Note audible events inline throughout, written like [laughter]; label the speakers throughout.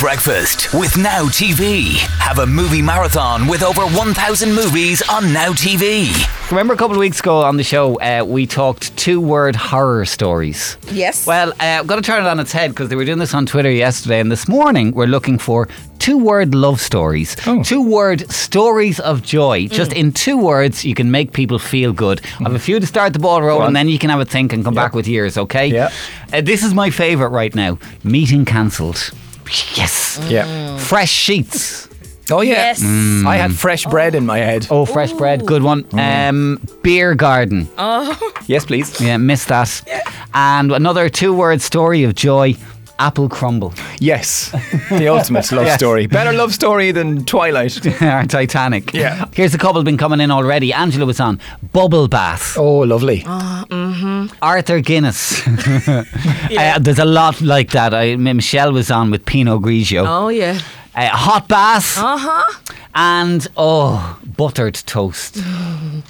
Speaker 1: Breakfast with Now TV. Have a movie marathon with over 1,000 movies on Now TV.
Speaker 2: Remember a couple of weeks ago on the show, uh, we talked two word horror stories.
Speaker 3: Yes.
Speaker 2: Well, uh, I'm going to turn it on its head because they were doing this on Twitter yesterday, and this morning we're looking for two word love stories, two word stories of joy. Just in two words, you can make people feel good. I have a few to start the ball rolling, and then you can have a think and come back with yours, okay?
Speaker 4: Yeah.
Speaker 2: Uh, this is my favourite right now meeting cancelled. Yes.
Speaker 4: Yeah.
Speaker 2: Fresh sheets.
Speaker 4: Oh yeah.
Speaker 3: Yes.
Speaker 4: I had fresh bread in my head.
Speaker 2: Mm. Oh, fresh bread, good one. Um, beer garden.
Speaker 4: Yes, please.
Speaker 2: Yeah, missed that. And another two word story of joy apple crumble.
Speaker 4: Yes. [laughs] The ultimate love
Speaker 2: Yes.
Speaker 4: story. Better love story
Speaker 2: [laughs]
Speaker 4: than Twilight.
Speaker 2: Our Titanic.
Speaker 4: Yeah.
Speaker 2: Here's a couple been coming in already. Angela was on. Bubble bath.
Speaker 4: Oh, lovely.
Speaker 2: Arthur Guinness. [laughs] uh, there's a lot like that. I, Michelle was on with Pinot Grigio.
Speaker 3: Oh yeah.
Speaker 2: Uh, hot bath.
Speaker 3: Uh huh.
Speaker 2: And, oh, buttered toast.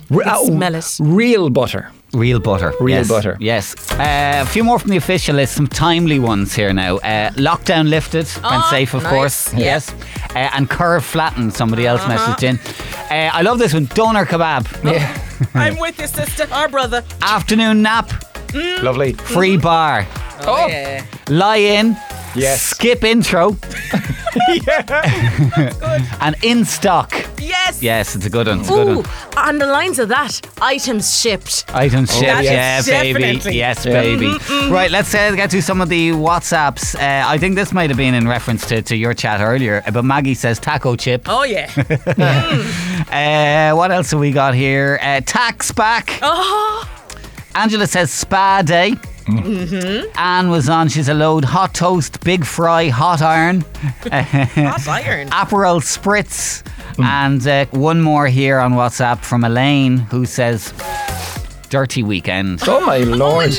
Speaker 4: Re-
Speaker 3: can
Speaker 4: oh,
Speaker 3: smell it.
Speaker 4: Real butter.
Speaker 2: Real butter.
Speaker 4: Real
Speaker 2: yes.
Speaker 4: butter.
Speaker 2: Yes. Uh, a few more from the official list, some timely ones here now. Uh, lockdown lifted and
Speaker 3: Oh,
Speaker 2: safe, of
Speaker 3: nice.
Speaker 2: course.
Speaker 3: Yeah.
Speaker 2: Yes.
Speaker 3: Uh-huh.
Speaker 2: Uh, and curve flattened, somebody else messaged in. Uh, I love this one doner kebab.
Speaker 3: Oh.
Speaker 5: I'm with your sister, our brother.
Speaker 2: Afternoon nap,
Speaker 4: Lovely.
Speaker 2: free
Speaker 5: Mm-hmm.
Speaker 2: bar.
Speaker 3: Oh, yeah.
Speaker 2: Lie in.
Speaker 4: Yes.
Speaker 2: Skip intro. and in stock.
Speaker 5: Yes.
Speaker 2: Yes, it's a good one. It's a good
Speaker 3: Ooh,
Speaker 2: one.
Speaker 3: on the lines of that, items shipped.
Speaker 2: Item shipped, yeah,
Speaker 5: yes.
Speaker 2: baby.
Speaker 5: Definitely. Mm-hmm.
Speaker 2: Yes, baby. Right, let's uh, get to some of the WhatsApps. Uh, I think this might have been in reference to, to your chat earlier, uh, but Maggie says taco chip.
Speaker 5: Oh yeah. Oh.
Speaker 2: Uh, what else have we got here? Uh, tax back.
Speaker 5: Oh,
Speaker 2: Angela says spa day.
Speaker 5: Mm-hmm.
Speaker 2: Anne was on. She's a load. Hot toast, big fry, hot iron,
Speaker 5: hot
Speaker 2: Uh,
Speaker 5: iron.
Speaker 2: Aperol spritz, and uh, one more here on WhatsApp from Elaine who says, "Dirty weekend."
Speaker 4: [laughs] Oh my lord.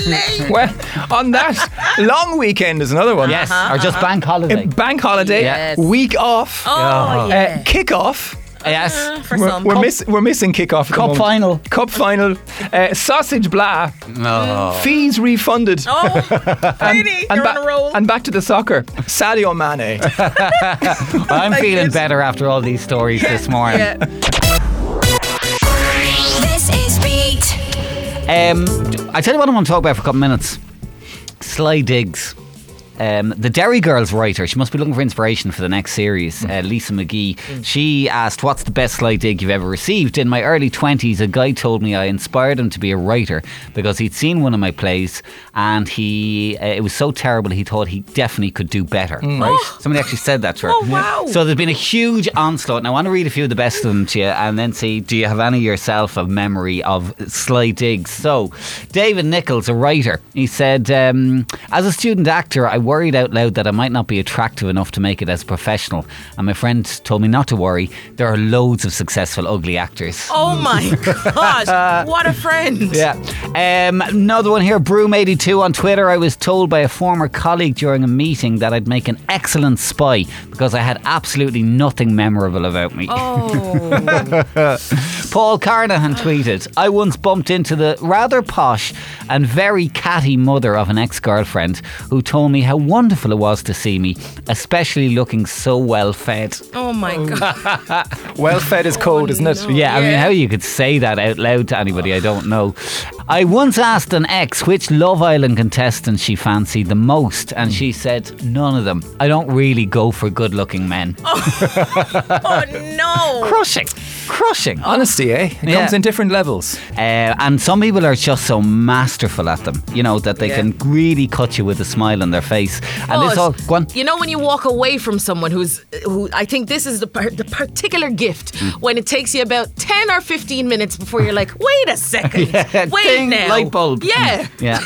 Speaker 4: well, on that long weekend is another one.
Speaker 2: Yes, or just bank holiday.
Speaker 4: A bank holiday.
Speaker 2: Yes.
Speaker 4: Week off.
Speaker 5: Oh
Speaker 4: Uh,
Speaker 5: yeah.
Speaker 4: kick off.
Speaker 2: yes.
Speaker 3: Uh-huh.
Speaker 5: For
Speaker 4: We're,
Speaker 5: some.
Speaker 4: we're, miss, we're missing kickoff. at the
Speaker 2: Cup
Speaker 4: moment.
Speaker 2: final.
Speaker 4: Cup final. Uh, sausage blah.
Speaker 2: No.
Speaker 4: Fees refunded.
Speaker 5: Oh, pretty. You're
Speaker 4: ba-
Speaker 5: on a roll.
Speaker 4: and back to the soccer. Sadio Mane.
Speaker 2: I'm feeling better after all these stories this morning.
Speaker 5: yeah.
Speaker 6: This is Beat.
Speaker 2: Um, I tell you what I want to talk about for a couple of minutes. Sly Diggs. Um, the Derry Girls writer, she must be looking for inspiration for the next series,
Speaker 5: Hmm.
Speaker 2: uh, Lisa McGee. She asked, What's the best Sly Dig you've ever received? In my early 20s, a guy told me I inspired him to be a writer because he'd seen one of my plays and he uh, it was so terrible he thought he definitely could do better.
Speaker 5: [gasps]
Speaker 2: Right? Somebody actually said that to her.
Speaker 5: Hmm. Oh, wow.
Speaker 2: So there's been a huge onslaught, and I want to read a few of the best of them to you and then see do you have any yourself of memory of Sly Diggs? So, David Nichols, a writer, he said, um, As a student actor, I worried out loud that I might not be attractive enough to make it as a professional. And my friend told me not to worry. There are loads of successful, ugly actors.
Speaker 5: Oh my gosh! What a friend.
Speaker 2: Yeah. Um, another one here, Broom82 on Twitter. I was told by a former colleague during a meeting that I'd make an excellent spy because I had absolutely nothing memorable about me.
Speaker 5: Oh.
Speaker 2: Paul Carnahan tweeted, I once bumped into the rather posh and very catty mother of an ex girlfriend who told me how wonderful it was to see me, especially looking so well fed.
Speaker 5: Oh my god.
Speaker 4: well fed is cold, isn't it?
Speaker 2: Yeah, I mean,
Speaker 5: Yeah.
Speaker 2: how you could say that out loud to anybody, I don't know. I once asked an ex which Love Island contestant she fancied the most, and she said, None of them. I don't really go for good looking men.
Speaker 5: Oh no.
Speaker 2: Crushing. Crushing.
Speaker 4: Honesty, eh? It
Speaker 2: Yeah.
Speaker 4: comes in different levels.
Speaker 2: Uh, and some people are just so masterful at them, you know, that they
Speaker 5: Yeah.
Speaker 2: can really cut you with a smile on their face. And this all,
Speaker 3: But
Speaker 2: go on.
Speaker 3: You know when you walk away from someone who's who I think this is the par- the particular gift
Speaker 2: Hmm.
Speaker 3: when it takes you about 10 or 15 minutes before you're like, "Wait a second. [laughs]
Speaker 2: [laughs]
Speaker 3: Wait
Speaker 2: Ding,
Speaker 3: now."
Speaker 2: light bulb. [laughs] Mm,
Speaker 3: Yeah.
Speaker 2: Yeah.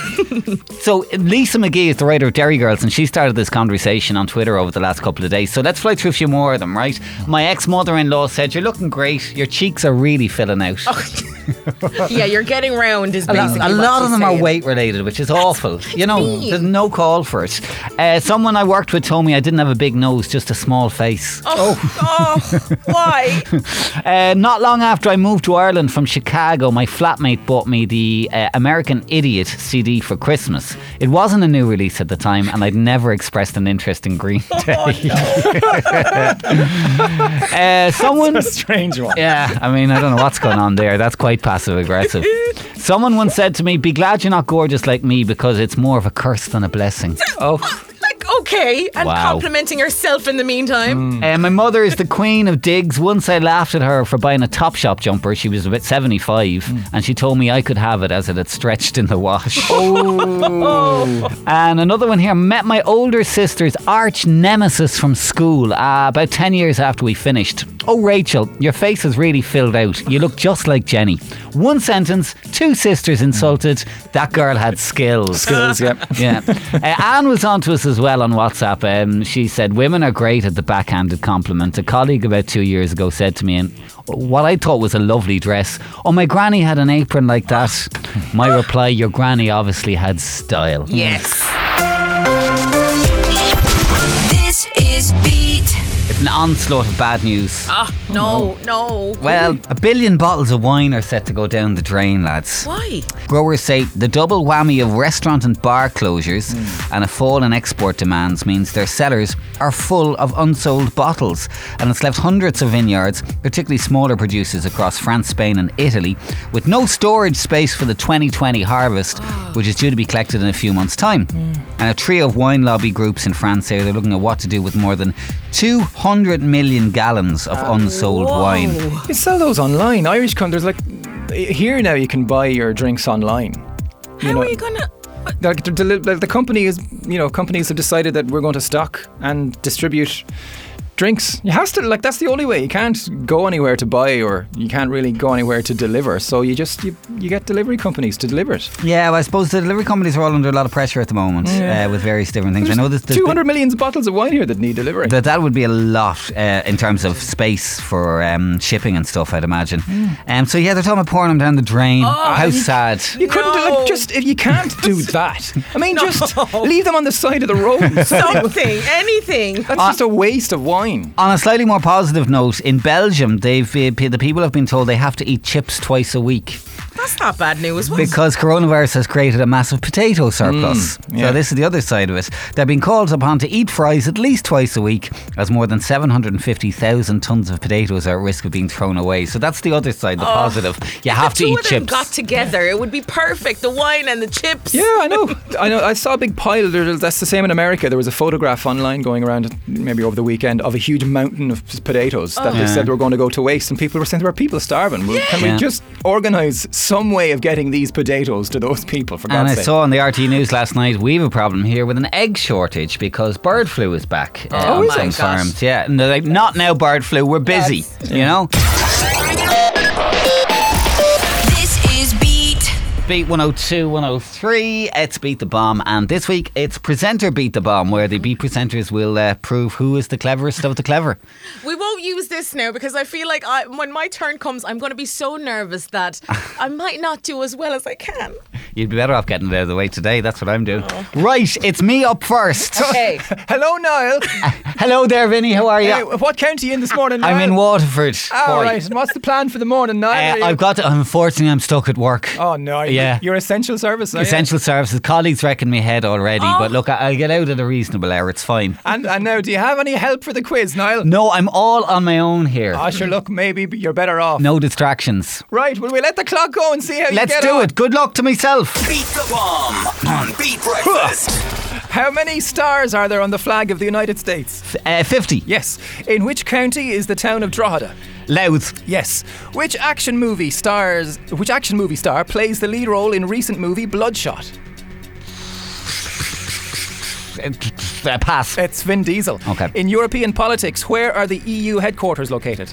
Speaker 3: [laughs]
Speaker 2: so Lisa McGee is the writer of Dairy Girls, and she started this conversation on Twitter over the last couple of days. So let's fly through a few more of them, right? My ex mother in law said, You're looking great. Your cheeks are really filling out.
Speaker 3: yeah, you're getting round is
Speaker 2: A lot,
Speaker 3: Oh, basically
Speaker 2: a
Speaker 3: what
Speaker 2: lot of
Speaker 3: she's
Speaker 2: them are
Speaker 3: saying.
Speaker 2: weight related, which is awful. You know,
Speaker 3: mean.
Speaker 2: there's no call for it. Uh, someone I worked with told me I didn't have a big nose, just a small face.
Speaker 5: Oh,
Speaker 2: [laughs]
Speaker 5: oh, why?
Speaker 2: Uh, not long after I moved to Ireland from Chicago, my flatmate bought me the uh, American Idiot CD for Christmas. It wasn't a new release at the time, and I'd never expressed an interest in Green Day. [laughs] uh, someone.
Speaker 4: Strange one.
Speaker 2: Yeah, I mean, I don't know what's going on there. That's quite passive aggressive. Someone once said to me, Be glad you're not gorgeous like me because it's more of a curse than a blessing.
Speaker 4: Oh,
Speaker 3: Like, okay, and
Speaker 2: Wow.
Speaker 3: complimenting herself in the meantime.
Speaker 2: Uh, my mother is the queen of digs. Once I laughed at her for buying a Topshop jumper. She was about 75, and she told me I could have it as it had stretched in the wash. and another one here met my older sister's arch nemesis from school uh, about 10 years after we finished. Oh, Rachel, your face is really filled out. You look just like Jenny. One sentence, two sisters insulted. That girl had skills.
Speaker 4: skills, yeah.
Speaker 2: Yeah. Uh, Anne was on to us as well on WhatsApp. Um, she said, Women are great at the backhanded compliment. A colleague about two years ago said to me, in what I thought was a lovely dress, Oh, my granny had an apron like that. My reply, Your granny obviously had style.
Speaker 3: Yes.
Speaker 6: This is Beat.
Speaker 2: It's an onslaught of bad news.
Speaker 3: Ah, No, no.
Speaker 2: Well, a billion bottles of wine are set to go down the drain, lads.
Speaker 3: Why?
Speaker 2: Growers say the double whammy of restaurant and bar closures and a fall in export demands means their cellars are full of unsold bottles. And it's left hundreds of vineyards, particularly smaller producers across France, Spain, and Italy, with no storage space for the 2020 harvest, which is due to be collected in a few months' time. And a trio of wine lobby groups in France say they're looking at what to do with more than 200 million gallons of unsold wine.
Speaker 4: You sell those online. Irish country, there's like here now you can buy your drinks online.
Speaker 3: How
Speaker 4: know-
Speaker 3: are you
Speaker 2: [laughs]
Speaker 3: gonna?
Speaker 4: Like the, the, the company is, you know, companies have decided that we're going to stock and distribute drinks. You has to like that's the only way. You can't go anywhere to buy, or you can't really go anywhere to deliver. So you just you, you get delivery companies to deliver it.
Speaker 2: Yeah, well, I suppose the delivery companies are all under a lot of pressure at the moment uh, with various different things. I know that there's
Speaker 4: Two hundred
Speaker 2: been-
Speaker 4: million bottles of wine here that need delivering.
Speaker 2: that that would be a lot uh, in terms of space for um, shipping and stuff. I'd imagine.
Speaker 4: Hmm.
Speaker 2: Um, so yeah, they're talking about pouring them down the
Speaker 4: Oh,
Speaker 2: drain. How sad.
Speaker 4: you couldn't do-
Speaker 5: No.
Speaker 4: like just if you can't [laughs] do that. I mean, just leave them on the side of the [laughs] road.
Speaker 5: Something, anything.
Speaker 4: That's just a waste of wine.
Speaker 2: On a slightly more positive note, in Belgium, they've been- the people have been told they have to eat chips twice a week
Speaker 3: That's not bad news. What?
Speaker 2: because coronavirus has created a massive potato surplus.
Speaker 3: Mm,
Speaker 4: yeah.
Speaker 2: So this is the other side of it. They've been called upon to eat fries at least twice a week, as more than 750,000 tons of potatoes are at risk of being thrown away. So that's the other side, the positive. You have to
Speaker 3: Oh. Two
Speaker 2: eat
Speaker 3: of them
Speaker 2: chips.
Speaker 3: got together. It would be perfect. The wine and the chips.
Speaker 4: Yeah, I know. I know. I saw a big pile. There- That's the same in America. There was a photograph online going around, maybe over the weekend, of a huge mountain of potatoes that they said were going to go to waste, and people were saying there were people starving. Well, Can
Speaker 2: Oh. Yeah.
Speaker 4: we just organise some way of getting these potatoes to those people? For
Speaker 2: and
Speaker 4: God's
Speaker 2: I
Speaker 4: sake.
Speaker 2: saw on the RT News last night we have a problem here with an egg shortage because bird flu is back uh,
Speaker 3: Oh,
Speaker 2: on
Speaker 3: is
Speaker 2: some
Speaker 3: it?
Speaker 2: farms. Yeah, and they're like, not now, bird flu. We're busy. You know,
Speaker 6: This is Beat.
Speaker 2: Beat 102, 103. It's Beat the Bomb, and this week it's Presenter Beat the Bomb, where the Beat presenters will uh, prove who is the cleverest of the clever.
Speaker 3: We won't use this now because I feel like I, when my turn comes, I'm going to be so
Speaker 2: [laughs]
Speaker 3: nervous that I might not do as well as I can.
Speaker 2: You'd be better off getting it out of the way today. That's what I'm doing.
Speaker 4: Oh.
Speaker 2: Right, it's me up first.
Speaker 3: Hey,
Speaker 4: Hello, Niall.
Speaker 2: [laughs] Hello there, Vinny. How are you?
Speaker 4: Hey, what county are you in this morning?
Speaker 2: I'm in
Speaker 4: Niall?
Speaker 2: Waterford.
Speaker 4: All
Speaker 2: boy.
Speaker 4: right. And what's the plan for the morning,
Speaker 2: Uh,
Speaker 4: Niall? Are you-
Speaker 2: I've got. To, unfortunately, I'm stuck at work.
Speaker 4: Oh no! you-
Speaker 2: Yeah.
Speaker 4: You're essential service. are you?
Speaker 2: Essential services. Colleagues reckon me head already, but
Speaker 4: Oh.
Speaker 2: look, I- I'll get out at a reasonable hour. It's fine.
Speaker 4: And and now, do you have any help for the quiz, Niall?
Speaker 2: No, I'm all on my own here.
Speaker 4: Ah, sure. Look, maybe you're better off.
Speaker 2: No distractions.
Speaker 4: Right. Will we let the clock go and see how
Speaker 2: Let's
Speaker 4: you get
Speaker 2: do
Speaker 4: on?
Speaker 2: it. Good luck to myself.
Speaker 1: Beat the Bomb on Beat Breakfast.
Speaker 4: How many stars are there on the flag of the United States?
Speaker 2: Uh, 50.
Speaker 4: Yes. In which county is the town of Drogheda?
Speaker 2: Louth.
Speaker 4: Yes. Which action movie stars which action movie star plays the lead role in recent movie Bloodshot?
Speaker 2: Uh, pass.
Speaker 4: It's Vin Diesel.
Speaker 2: Okay.
Speaker 4: In European politics, where are the EU headquarters located?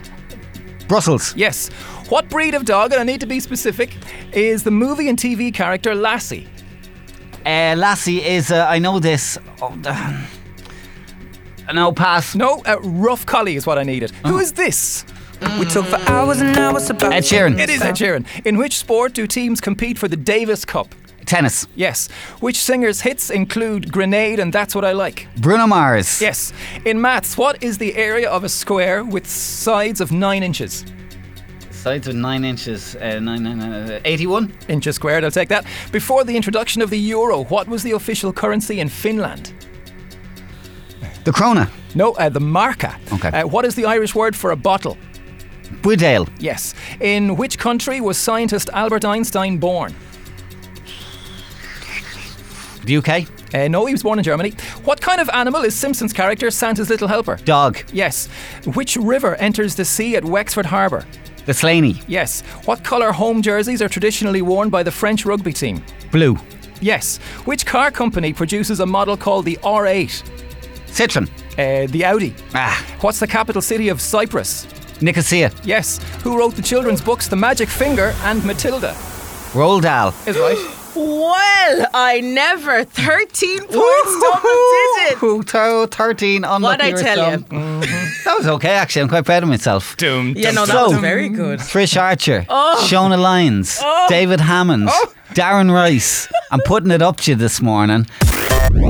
Speaker 2: Brussels.
Speaker 4: Yes. What breed of dog, and I need to be specific, is the movie and TV character Lassie?
Speaker 2: Uh, Lassie is. Uh, I know this. Oh, uh, no, pass.
Speaker 4: No, uh, Rough Collie is what I needed. Who is this?
Speaker 7: We talk for hours and hours about
Speaker 2: Uh-huh. Ed Sheeran.
Speaker 4: It is Ed Sheeran. In which sport do teams compete for the Davis Cup?
Speaker 2: Tennis.
Speaker 4: Yes. Which singer's hits include Grenade and That's What I Like?
Speaker 2: Bruno Mars.
Speaker 4: Yes. In maths, what is the area of a square with sides of 9 inches?
Speaker 2: Sides with nine inches. Uh, nine, nine, nine, uh, 81.
Speaker 4: Inches squared, I'll take that. Before the introduction of the euro, what was the official currency in Finland?
Speaker 2: The Krona.
Speaker 4: No, uh, the marca.
Speaker 2: Okay.
Speaker 4: Uh, what is the Irish word for a bottle?
Speaker 2: Bwidale.
Speaker 4: Yes. In which country was scientist Albert Einstein born?
Speaker 2: The UK.
Speaker 4: Uh, no, he was born in Germany. What kind of animal is Simpson's character Santa's Little Helper?
Speaker 2: Dog.
Speaker 4: Yes. Which river enters the sea at Wexford Harbour?
Speaker 2: The Slaney.
Speaker 4: Yes. What colour home jerseys are traditionally worn by the French rugby team?
Speaker 2: Blue.
Speaker 4: Yes. Which car company produces a model called the R8?
Speaker 2: Citron.
Speaker 4: Uh, the Audi.
Speaker 2: Ah.
Speaker 4: What's the capital city of Cyprus?
Speaker 2: Nicosia.
Speaker 4: Yes. Who wrote the children's books The Magic Finger and Matilda?
Speaker 2: Roll Dahl.
Speaker 4: Is right.
Speaker 3: Well, I never. 13 points, double digit.
Speaker 2: Woohoo! Thir- 13 unlucky
Speaker 3: What'd I
Speaker 2: or
Speaker 3: tell
Speaker 2: some. Mm-hmm. That was okay, actually. I'm quite proud of myself.
Speaker 4: Doom.
Speaker 3: Yeah, no, that
Speaker 2: So-
Speaker 3: was very good.
Speaker 2: Trish Archer, Shona Lyons, David Hammond, Darren Rice. I'm putting it up to you this morning.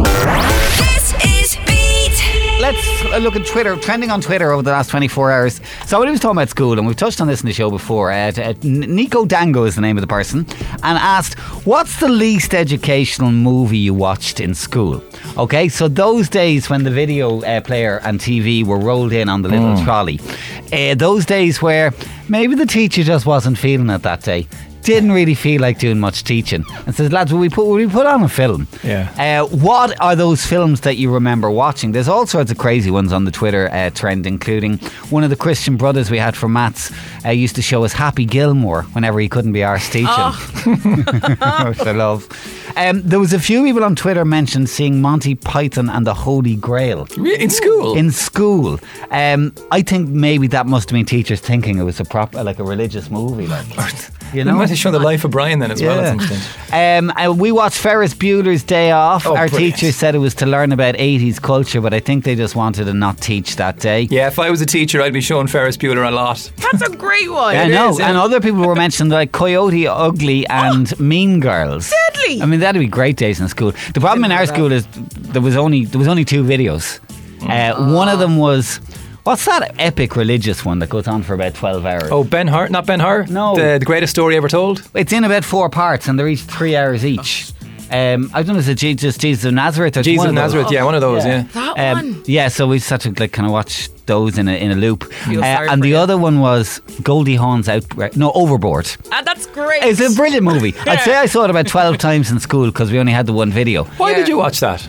Speaker 6: This is Beat.
Speaker 2: Let's uh, look at Twitter, trending on Twitter over the last 24 hours. Somebody was talking about school, and we've touched on this in the show before. Uh, t- uh, N- Nico Dango is the name of the person, and asked, What's the least educational movie you watched in school? Okay, so those days when the video uh, player and TV were rolled in on the little trolley, uh, those days where maybe the teacher just wasn't feeling it that day. Didn't really feel like doing much teaching, and says, "Lads, will we put will we put on a film?"
Speaker 4: Yeah.
Speaker 2: Uh, what are those films that you remember watching? There's all sorts of crazy ones on the Twitter uh, trend, including one of the Christian brothers we had for Matt's uh, used to show us Happy Gilmore whenever he couldn't be arsed teaching. [laughs] Which I love. Um, there was a few people on Twitter mentioned seeing Monty Python and the Holy Grail
Speaker 4: In school?
Speaker 2: in school. Um, I think maybe that must have been teachers thinking it was a prop, like a religious movie, like you
Speaker 4: You
Speaker 2: know.
Speaker 4: might have shown the life of Brian then as well. at some stage.
Speaker 2: Um, uh, we watched Ferris Bueller's Day Off.
Speaker 4: Oh,
Speaker 2: Our
Speaker 4: brilliant.
Speaker 2: teacher said it was to learn about 80s culture, but I think they just wanted to not teach that day.
Speaker 4: Yeah, if I was a teacher, I'd be showing Ferris Bueller a lot.
Speaker 3: That's a great one.
Speaker 2: I
Speaker 4: it Oh,
Speaker 2: know,
Speaker 4: is, yeah.
Speaker 2: and other people
Speaker 4: [laughs]
Speaker 2: were mentioned like Coyote Ugly and Mean Girls.
Speaker 3: Deadly.
Speaker 2: I mean, that'd be great days in school. The problem in our school is there was only there was only two videos.
Speaker 4: Mm.
Speaker 2: Uh, one of them was what's that epic religious one that goes on for about twelve hours?
Speaker 4: Oh, Ben Hur, not Ben Hur.
Speaker 2: No.
Speaker 4: the, the greatest story ever told.
Speaker 2: It's in about four parts, and they're each three hours each. Um, I don't know if it's Jesus, Jesus of Nazareth or it's
Speaker 4: Oh. Jesus
Speaker 2: one
Speaker 4: of
Speaker 2: those.
Speaker 4: Nazareth. Yeah, one of those. Yeah.
Speaker 3: That one.
Speaker 2: Yeah, so we just had to like kind of watch those in a in a loop. Uh,
Speaker 3: sorry
Speaker 2: and
Speaker 3: for
Speaker 2: the
Speaker 3: you.
Speaker 2: other one was Goldie Hawn's out no overboard.
Speaker 3: Ah, that's great.
Speaker 2: It's a brilliant
Speaker 3: [laughs]
Speaker 2: movie. I'd say I saw it about twelve times in school because we only had the one video.
Speaker 4: Why
Speaker 3: Yeah.
Speaker 4: did you watch that?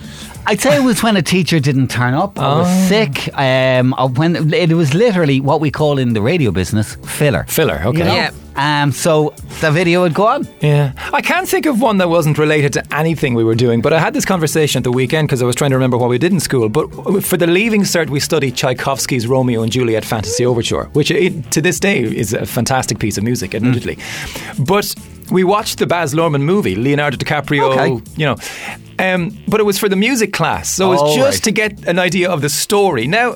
Speaker 2: I'd say it was when a teacher didn't turn up. I was sick. Um, or when it was literally what we call in the radio business filler.
Speaker 4: Filler. Okay.
Speaker 2: You know?
Speaker 3: Yeah.
Speaker 2: Um, so the video would go on.
Speaker 4: Yeah. I can't think of one that wasn't related to anything we were doing, but I had this conversation at the weekend because I was trying to remember what we did in school. But for the Leaving Cert, we studied Tchaikovsky's Romeo and Juliet Fantasy Overture, which it, to this day is a fantastic piece of
Speaker 2: Mm.
Speaker 4: music, admittedly. But we watched the Baz Luhrmann movie, Leonardo DiCaprio,
Speaker 2: Okay.
Speaker 4: you know. Um, but it was for the music class, so it was
Speaker 2: All
Speaker 4: just
Speaker 2: right.
Speaker 4: to get an idea of the story. Now,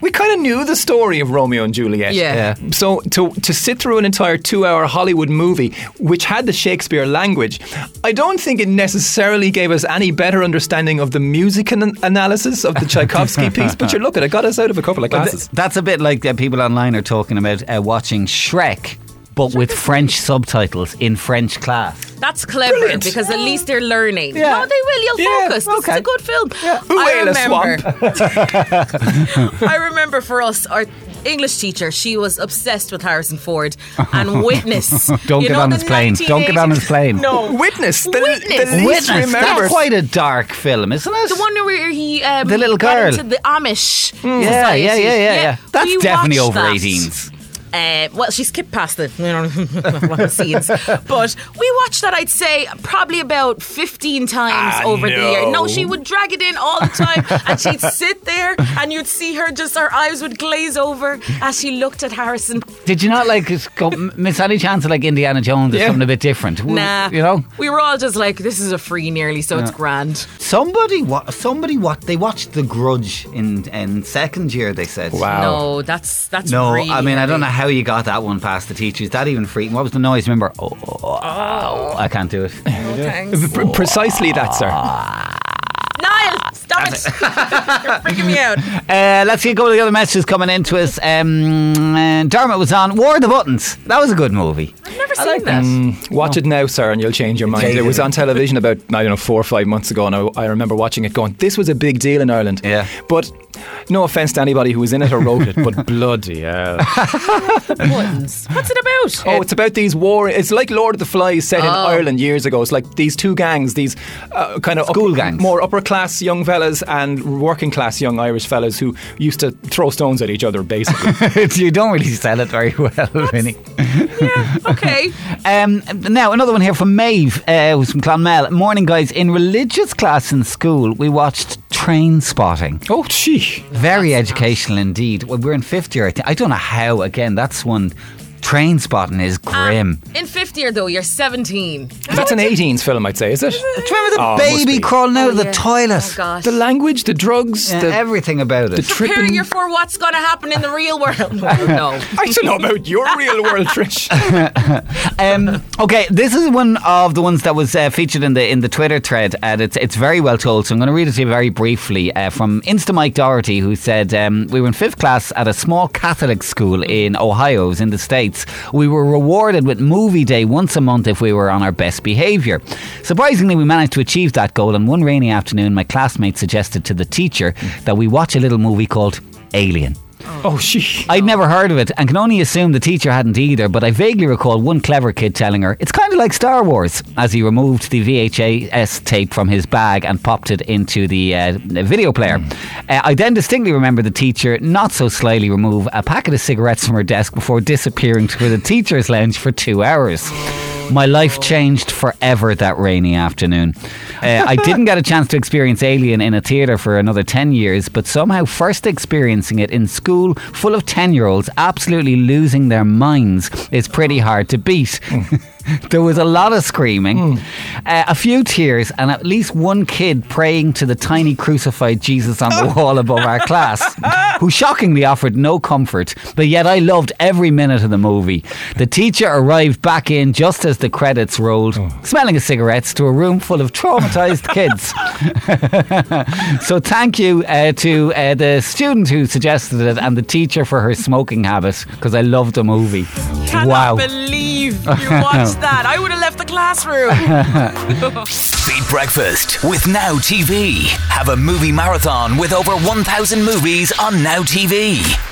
Speaker 4: we kind of knew the story of Romeo and Juliet.
Speaker 3: Yeah.
Speaker 2: Yeah.
Speaker 4: So to to sit through an entire two-hour Hollywood movie which had the Shakespeare language, I don't think it necessarily gave us any better understanding of the music an- analysis of
Speaker 2: [laughs]
Speaker 4: the Tchaikovsky piece. But you look at it, got us out of a couple of
Speaker 2: But
Speaker 4: classes.
Speaker 2: th- that's a bit like uh, people online are talking about uh, watching Shrek, but with French subtitles in French class.
Speaker 3: That's clever
Speaker 4: Brilliant.
Speaker 3: because at least they're learning.
Speaker 2: Yeah.
Speaker 3: No, they will. You'll
Speaker 4: Yeah,
Speaker 3: focus. This
Speaker 2: okay.
Speaker 3: is a good film.
Speaker 4: Ooh,
Speaker 3: I
Speaker 4: Ayla Swamp.
Speaker 3: remember. I remember for us, our English teacher, she was obsessed with
Speaker 2: [laughs]
Speaker 3: Harrison Ford and Witness.
Speaker 2: Don't
Speaker 3: You
Speaker 2: get
Speaker 3: know,
Speaker 2: on
Speaker 3: the
Speaker 2: his plane. Don't get on his
Speaker 3: 1980s
Speaker 2: plane.
Speaker 3: No.
Speaker 4: Witness, the,
Speaker 3: Witness.
Speaker 4: the least
Speaker 2: Witness.
Speaker 4: remembered.
Speaker 2: That's quite a dark film, isn't it?
Speaker 3: The one where he um,
Speaker 2: The little
Speaker 3: got
Speaker 2: girl. Mm.
Speaker 3: into the Amish.
Speaker 2: yeah,
Speaker 3: society.
Speaker 2: yeah, yeah, yeah, yeah, That's
Speaker 3: we
Speaker 2: definitely
Speaker 3: watched
Speaker 2: over
Speaker 3: that.
Speaker 2: 18s.
Speaker 3: Uh, well, she skipped past the you know, [laughs] scenes, but we watched that. I'd say probably about fifteen times
Speaker 4: Ah,
Speaker 3: over the year.
Speaker 4: no.
Speaker 3: No, she would drag it in all the time, and she'd sit there, and you'd see her just her eyes would glaze over as she looked at Harrison
Speaker 2: Did you not like just go, miss any chance of like Indiana Jones or
Speaker 4: Yeah.
Speaker 2: something a bit different? W-
Speaker 3: Nah,
Speaker 2: you know
Speaker 3: we were all just like, this is a free nearly, so it's grand.
Speaker 2: somebody what somebody what they watched The Grudge in in second year they said
Speaker 4: Wow.
Speaker 3: No, that's that's
Speaker 2: No,
Speaker 3: really
Speaker 2: I mean I don't know
Speaker 3: heavy.
Speaker 2: how you got that one past the teachers. That even freaked. What was the noise? Remember? Oh, oh, oh, oh. I can't do it.
Speaker 5: Thanks.
Speaker 4: Pre- precisely that, sir.
Speaker 2: Ah.
Speaker 5: Niall, stop it.
Speaker 3: [laughs]
Speaker 5: You're freaking me
Speaker 2: [laughs]
Speaker 5: out.
Speaker 2: [laughs] Uh, let's see a couple of the other messages coming into us. Um, uh, Dermot was on War of the Buttons. That was a good movie. [laughs]
Speaker 3: I've never seen that.
Speaker 4: Watch it now, sir, and you'll change your mind. It was on television about, I don't know, four or five months ago, and I, I remember watching it going, this was a big deal in Ireland.
Speaker 2: Yeah.
Speaker 4: But no offence to anybody who was in it or wrote
Speaker 2: [laughs]
Speaker 4: it, but bloody hell.
Speaker 3: Buttons. What's it
Speaker 2: [laughs]
Speaker 3: about?
Speaker 4: Oh, it's about these war. It's like Lord of the Flies set in Ireland years ago. It's like these two gangs, these uh, kind of
Speaker 2: School
Speaker 4: upper,
Speaker 2: gangs.
Speaker 4: more upper class young fellas and working class young Irish fellas who used to throw stones at each other, basically.
Speaker 2: you don't really sell it very well, Vinny.
Speaker 3: okay.
Speaker 2: Um, now, another one here from Maeve, uh, who's from Clonmel. Morning, guys. In religious class in school, we watched train spotting.
Speaker 4: oh, gee.
Speaker 2: Very educational indeed. Well, we're in fifth year, I think. I don't know how, again, that's one. Train spotting is
Speaker 4: Ah.
Speaker 2: grim.
Speaker 3: Uh, In fifth year though, you're 17.
Speaker 4: That's an 18s film, I'd say, is it?
Speaker 2: Do you remember the
Speaker 4: Oh, must
Speaker 2: baby
Speaker 4: be.
Speaker 2: crawling out of the toilet?
Speaker 3: Oh gosh.
Speaker 4: The language, the drugs,
Speaker 2: Yeah,
Speaker 4: the.
Speaker 2: everything about it.
Speaker 4: the tripping.
Speaker 3: Preparing you for what's going to happen in the real world. [laughs]
Speaker 2: [laughs]
Speaker 3: No.
Speaker 4: I don't know about your real world, Trish.
Speaker 2: Um, okay, this is one of the ones that was uh, featured in the in the Twitter thread, and it's it's very well told. So I'm going to read it to you very briefly uh, from Insta Mike Doherty, who said um, we were in fifth class at a small Catholic school in Ohio, it was in the states. We were rewarded with movie day once a month if we were on our best behaviour. Surprisingly, we managed to achieve that goal. And one rainy afternoon, my classmate suggested to the teacher that we watch a little movie called Alien.
Speaker 4: oh, she.
Speaker 2: I'd never heard of it and can only assume the teacher hadn't either, but I vaguely recall one clever kid telling her, it's kind of like Star Wars, as he removed the VHS tape from his bag and popped it into the uh, video player. Uh, I then distinctly remember the teacher not so slyly remove a packet of cigarettes from her desk before disappearing to the teacher's lounge for two hours. My life changed forever that rainy afternoon. Uh, I didn't get a chance to experience Alien in a theatre for another 10 years, but somehow first experiencing it in school full of 10 year olds absolutely losing their minds is pretty hard to beat. [laughs] There was a lot of screaming, uh, a few tears, and at least one kid praying to the tiny crucified Jesus on the wall above our class, who shockingly offered no comfort, but yet I loved every minute of the movie. The teacher arrived back in just as the credits rolled, smelling of cigarettes, to a room full of traumatized kids. [laughs] So thank you uh, to uh, the student who suggested it and the teacher for her smoking habit, because I loved the movie.
Speaker 3: Cannot
Speaker 2: wow.
Speaker 3: believe
Speaker 2: [laughs]
Speaker 3: you watched that. I would have left the classroom.
Speaker 1: Beat Breakfast with Now TV. Have a movie marathon with over 1,000 movies on Now TV.